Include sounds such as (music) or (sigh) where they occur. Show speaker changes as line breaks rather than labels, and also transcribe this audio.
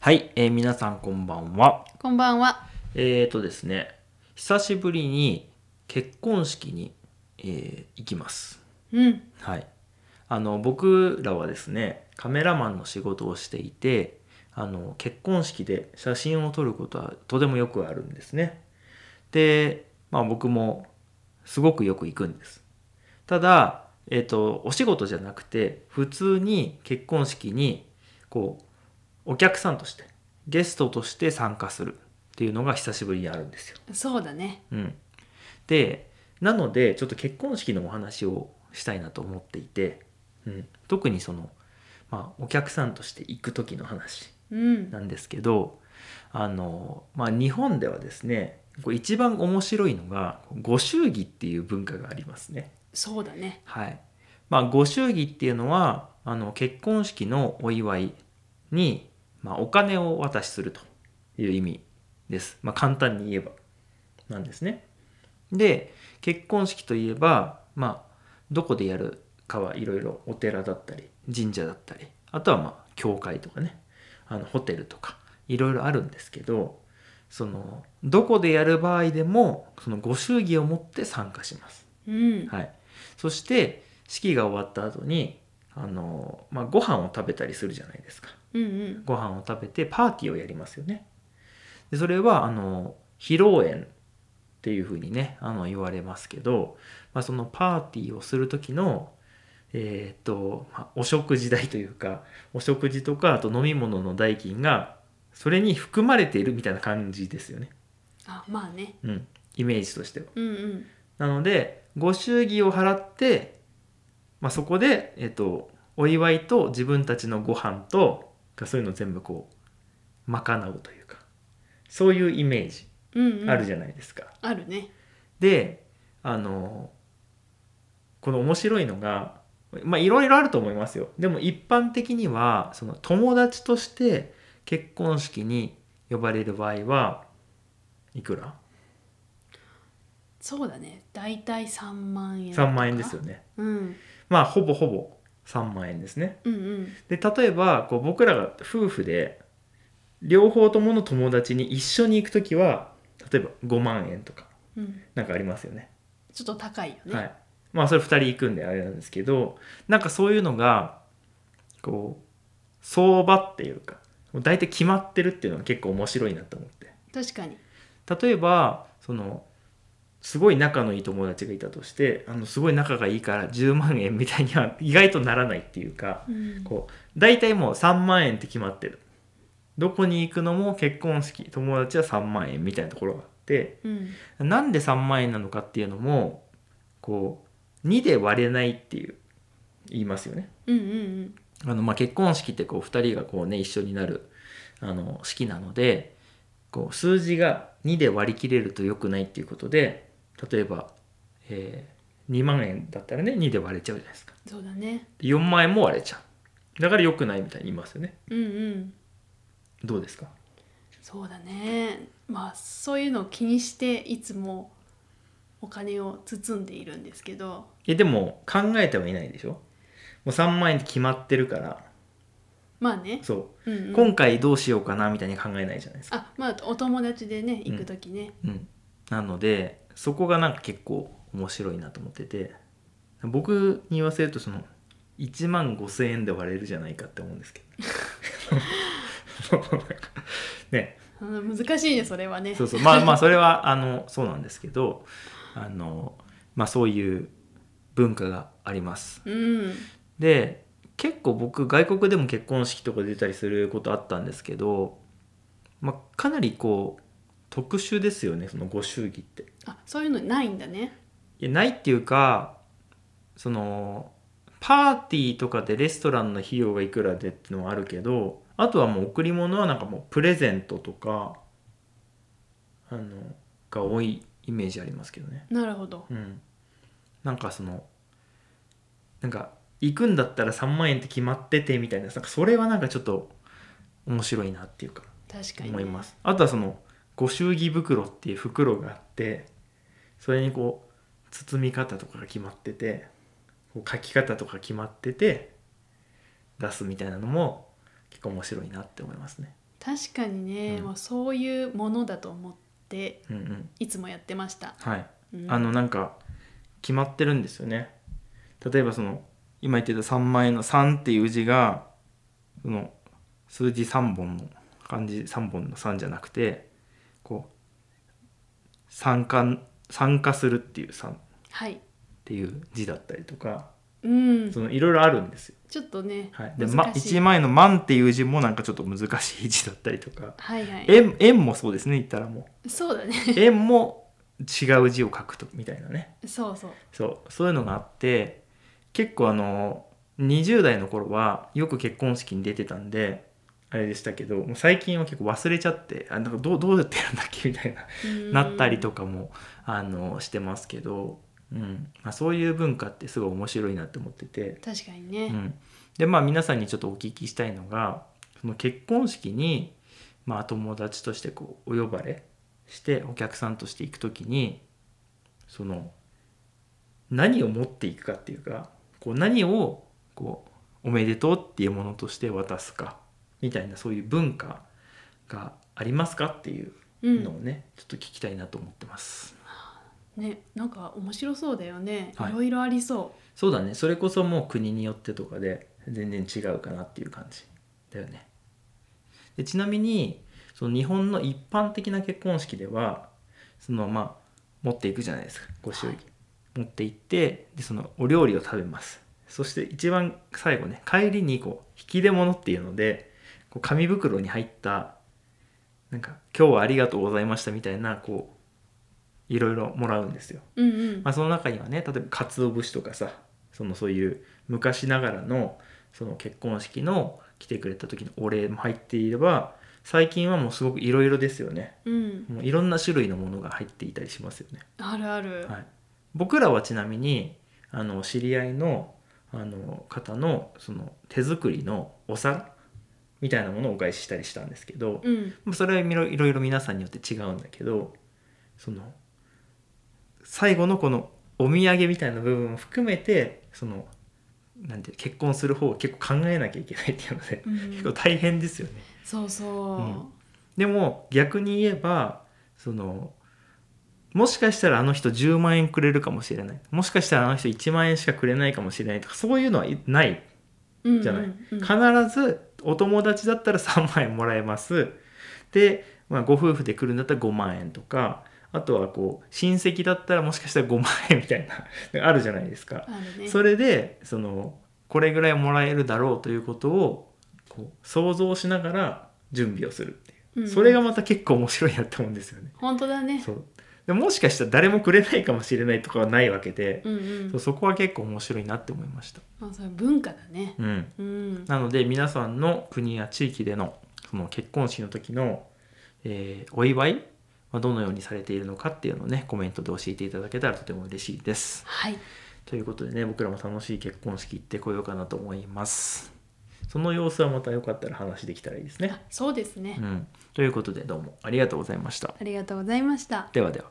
はい、えー皆さんこんばんは。
こんばんは。
えーとですね、久しぶりに結婚式に、えー行きます。
うん。
はい。あの、僕らはですね、カメラマンの仕事をしていて、あの、結婚式で写真を撮ることはとてもよくあるんですね。で、まあ僕もすごくよく行くんです。ただ、えっ、と、お仕事じゃなくて、普通に結婚式に、こう、お客さんとして、ゲストとして参加するっていうのが久しぶりにあるんですよ。
そうだね。
うん、でなのでちょっと結婚式のお話をしたいなと思っていて、うん、特にその、まあ、お客さんとして行く時の話
うん
な。んですけどあの、まあ、日本ではですねこう一番面白いのがご祝儀っていう文化がありますね。
そうだね。
はいまあ、ご祝儀っていうのはあの結婚式のお祝いに、まあ、お金をお渡しするという意味です、まあ、簡単に言えばなんですねで結婚式といえば、まあ、どこでやるかはいろいろお寺だったり神社だったりあとはまあ教会とかねあのホテルとかいろいろあるんですけどそのどこでやる場合でもそのご祝儀を持って参加します
うん。
はい、そして式が終わった後にあのまあ、ご飯を食べたりするじゃないですか
うんうん。
ご飯を食べてパーティーをやりますよねでそれはあの披露宴っていうふうにねあの言われますけど、まあ、そのパーティーをする時のえーっと、まあお食事代というかお食事とかあと飲み物の代金がそれに含まれているみたいな感じですよね、
あ、まあね。
うん、イメージとしては。
うんうん。
なのでご祝儀を払って、まあ、そこで、えっとお祝いと自分たちのご飯とそういうの全部こう賄うというかそういうイメージ
うん、うん。
あるじ
ゃ
ゃないですか。
ん。あるね。
であのこの面白いのがまあいろいろあると思いますよ。でも一般的にはその友達として結婚式に呼ばれる場合はいくら
そうだね。だいたい三万円。
?3 万円ですよ。ね。
うん。
まあほぼほぼ3万円ですね。
うんうん。
で例えばこう僕らが夫婦で両方ともの友達に一緒に行く時は例えば5万円とか
うん。
なんかありますよね。
ちょっと高いよね。
はい、まあそれ2人行くんであれなんですけどなんかそういうのがこう相場っていうかもう大体決まってるっていうのが結構面白いなと思って。
確かに。
例えばそのすごい仲のいい友達がいたとしてあのすごい仲がいいから10万円みたいには意外とならないっていうか。
うん。
こう大体もう3万円って決まってるどこに行くのも結婚式友達は3万円みたいなところがあって
うん。
なんで3万円なのかっていうのもこう2で割れないっていう言いますよね
うんうん
あのまあ結婚式ってこう2人がこうね一緒になるあの式なのでこう数字が2で割り切れると良くないっていうことで例えば、えー2万円だったらね2で割れちゃうじゃないですか
うん。そうだね。
4万円も割れちゃうだから良くないみたいに言いますよね
うんうん。
どうですか
そうだね。まあそういうのを気にしていつもお金を包んでいるんですけど、
えでも考えてはいないでしょもう3万円って決まってるから
まあね。
そうう、
んうん。
今回どうしようかなみたいに考えないじゃないですか、
あまあお友達でね行く時ね、
うん、なのでそこがなんか結構面白いなと思ってて僕に言わせるとその1万5千円で割れるじゃないかって思うんですけどそうなんかね
うん難しいねそれはね
そうそうまあまあそれはあのそうなんですけどあのまあそういう文化があります
うん
で結構僕外国でも結婚式とか出たりすることあったんですけど、まあ、かなりこう特殊ですよねそのご祝儀って。
あそういうのないんだね
いやないっていうかそのパーティーとかでレストランの費用がいくらでってのはあるけどあとはもう贈り物はなんかもうプレゼントとかあのが多いイメージありますけどね。
なるほど
うん、なんかそのなんか行くんだったら3万円って決まっててみたいななんかそれはなんかちょっと面白いなっていうか
確かにね、
思います、あとはそのご祝儀袋っていう袋があってそれにこう包み方とかが決まっててこう書き方とか決まってて出すみたいなのも結構面白いなって思いますね
確かにね、
うん
まあ、そういうものだと思って
うんうん
いつもやってました、
はい、
うん
あのなんか決まってるんですよね例えばその今言ってた3万円の3っていう字がその数字3本の漢字3本の3じゃなくてこう参加参加するっていう3っ
はい
ていう字だったりとか
うん
そのいろいろあるんですよ、
ちょっとね、
はい、で、ま、
難しい
1万円の「万」っていう字もなんかちょっと難しい字だったりとか
はいはい
円円もそうですね言ったらも
そうだね (laughs)
う円も違う字を書くとみたいなね
そうそう
そうそういうのがあって結構あの20代の頃はよく結婚式に出てたんであれでしたけどもう最近は結構忘れちゃってあなんかどうどうやってやるんだっけみたいな
うん
なったりとかもあのしてますけど、うんまあ、そういう文化ってすごい面白いなって思ってて、
確かに
う
ね、
ん、でまあ皆さんにちょっとお聞きしたいのがその結婚式に、まあ、友達としてこうお呼ばれしてお客さんとして行く時にその何を持っていくかっていうかこう何をこうおめでとうっていうものとして渡すかみたいなそういう文化がありますかっていう
うん
のをね、ちょっと聞きたいなと思ってます。
ねなんか面白そうだよね、
はい
いろいろありそ
そうだねそれこそもう国によってとかで全然違うかなっていう感じだよねでちなみにその日本の一般的な結婚式ではそのまあ持っていくじゃないですかご祝儀、
はい
持って行ってでそのお料理を食べますそして一番最後ね帰りにこう引き出物っていうのでこう紙袋に入ったなんか「今日はありがとうございました」みたいなこういろいろもらうんですよ
ううんうん、
まあ、その中にはね例えば鰹節とかさそのそういう昔ながらのその結婚式の来てくれた時のお礼も入っていれば最近はもうすごくいろいろですよね
うん
もういろんな種類のものが入っていたりしますよね、
あるある、
はい、僕らはちなみにあの知り合いのあの方のその手作りのお皿みたいなものをお返ししたりしたんですけど、
うん
まあそれはいろいろいろ皆さんによって違うんだけどその最後のこのお土産みたいな部分も含めてそのなんていう結婚する方を結構考えなきゃいけないっていうので、
うん
結構大変ですよね。
そうそう、
うんでも逆に言えばそのもしかしたらあの人10万円くれるかもしれないもしかしたらあの人1万円しかくれないかもしれないとかそういうのはない
うんうん
じゃない、
うん
必ずお友達だったら3万円もらえますで、まあ、ご夫婦で来るんだったら5万円とかあとはこう親戚だったらもしかしたら5万円みたいなあるじゃないですか、
あるね
それでそのこれぐらいもらえるだろうということをこう想像しながら準備をするっていう、
うん
それがまた結構面白いなって思うんですよね。
本当だね
そうでもしかしたら誰もくれないかもしれないとかはないわけで、
うんうん
そうそこは結構面白いなって思いました。
まあそれ文化だね
うん
うん
なので皆さんの国や地域でのその結婚式の時の、えーお祝いはどのようにされているのかっていうのをねコメントで教えていただけたらとても嬉しいです。
はい
ということでね僕らも楽しい結婚式行ってこようかなと思います。その様子はまたよかったら話できたらいいですね
あ。そうですね、
うん、ということでどうもありがとうございました。
ありがとうございました
ではでは。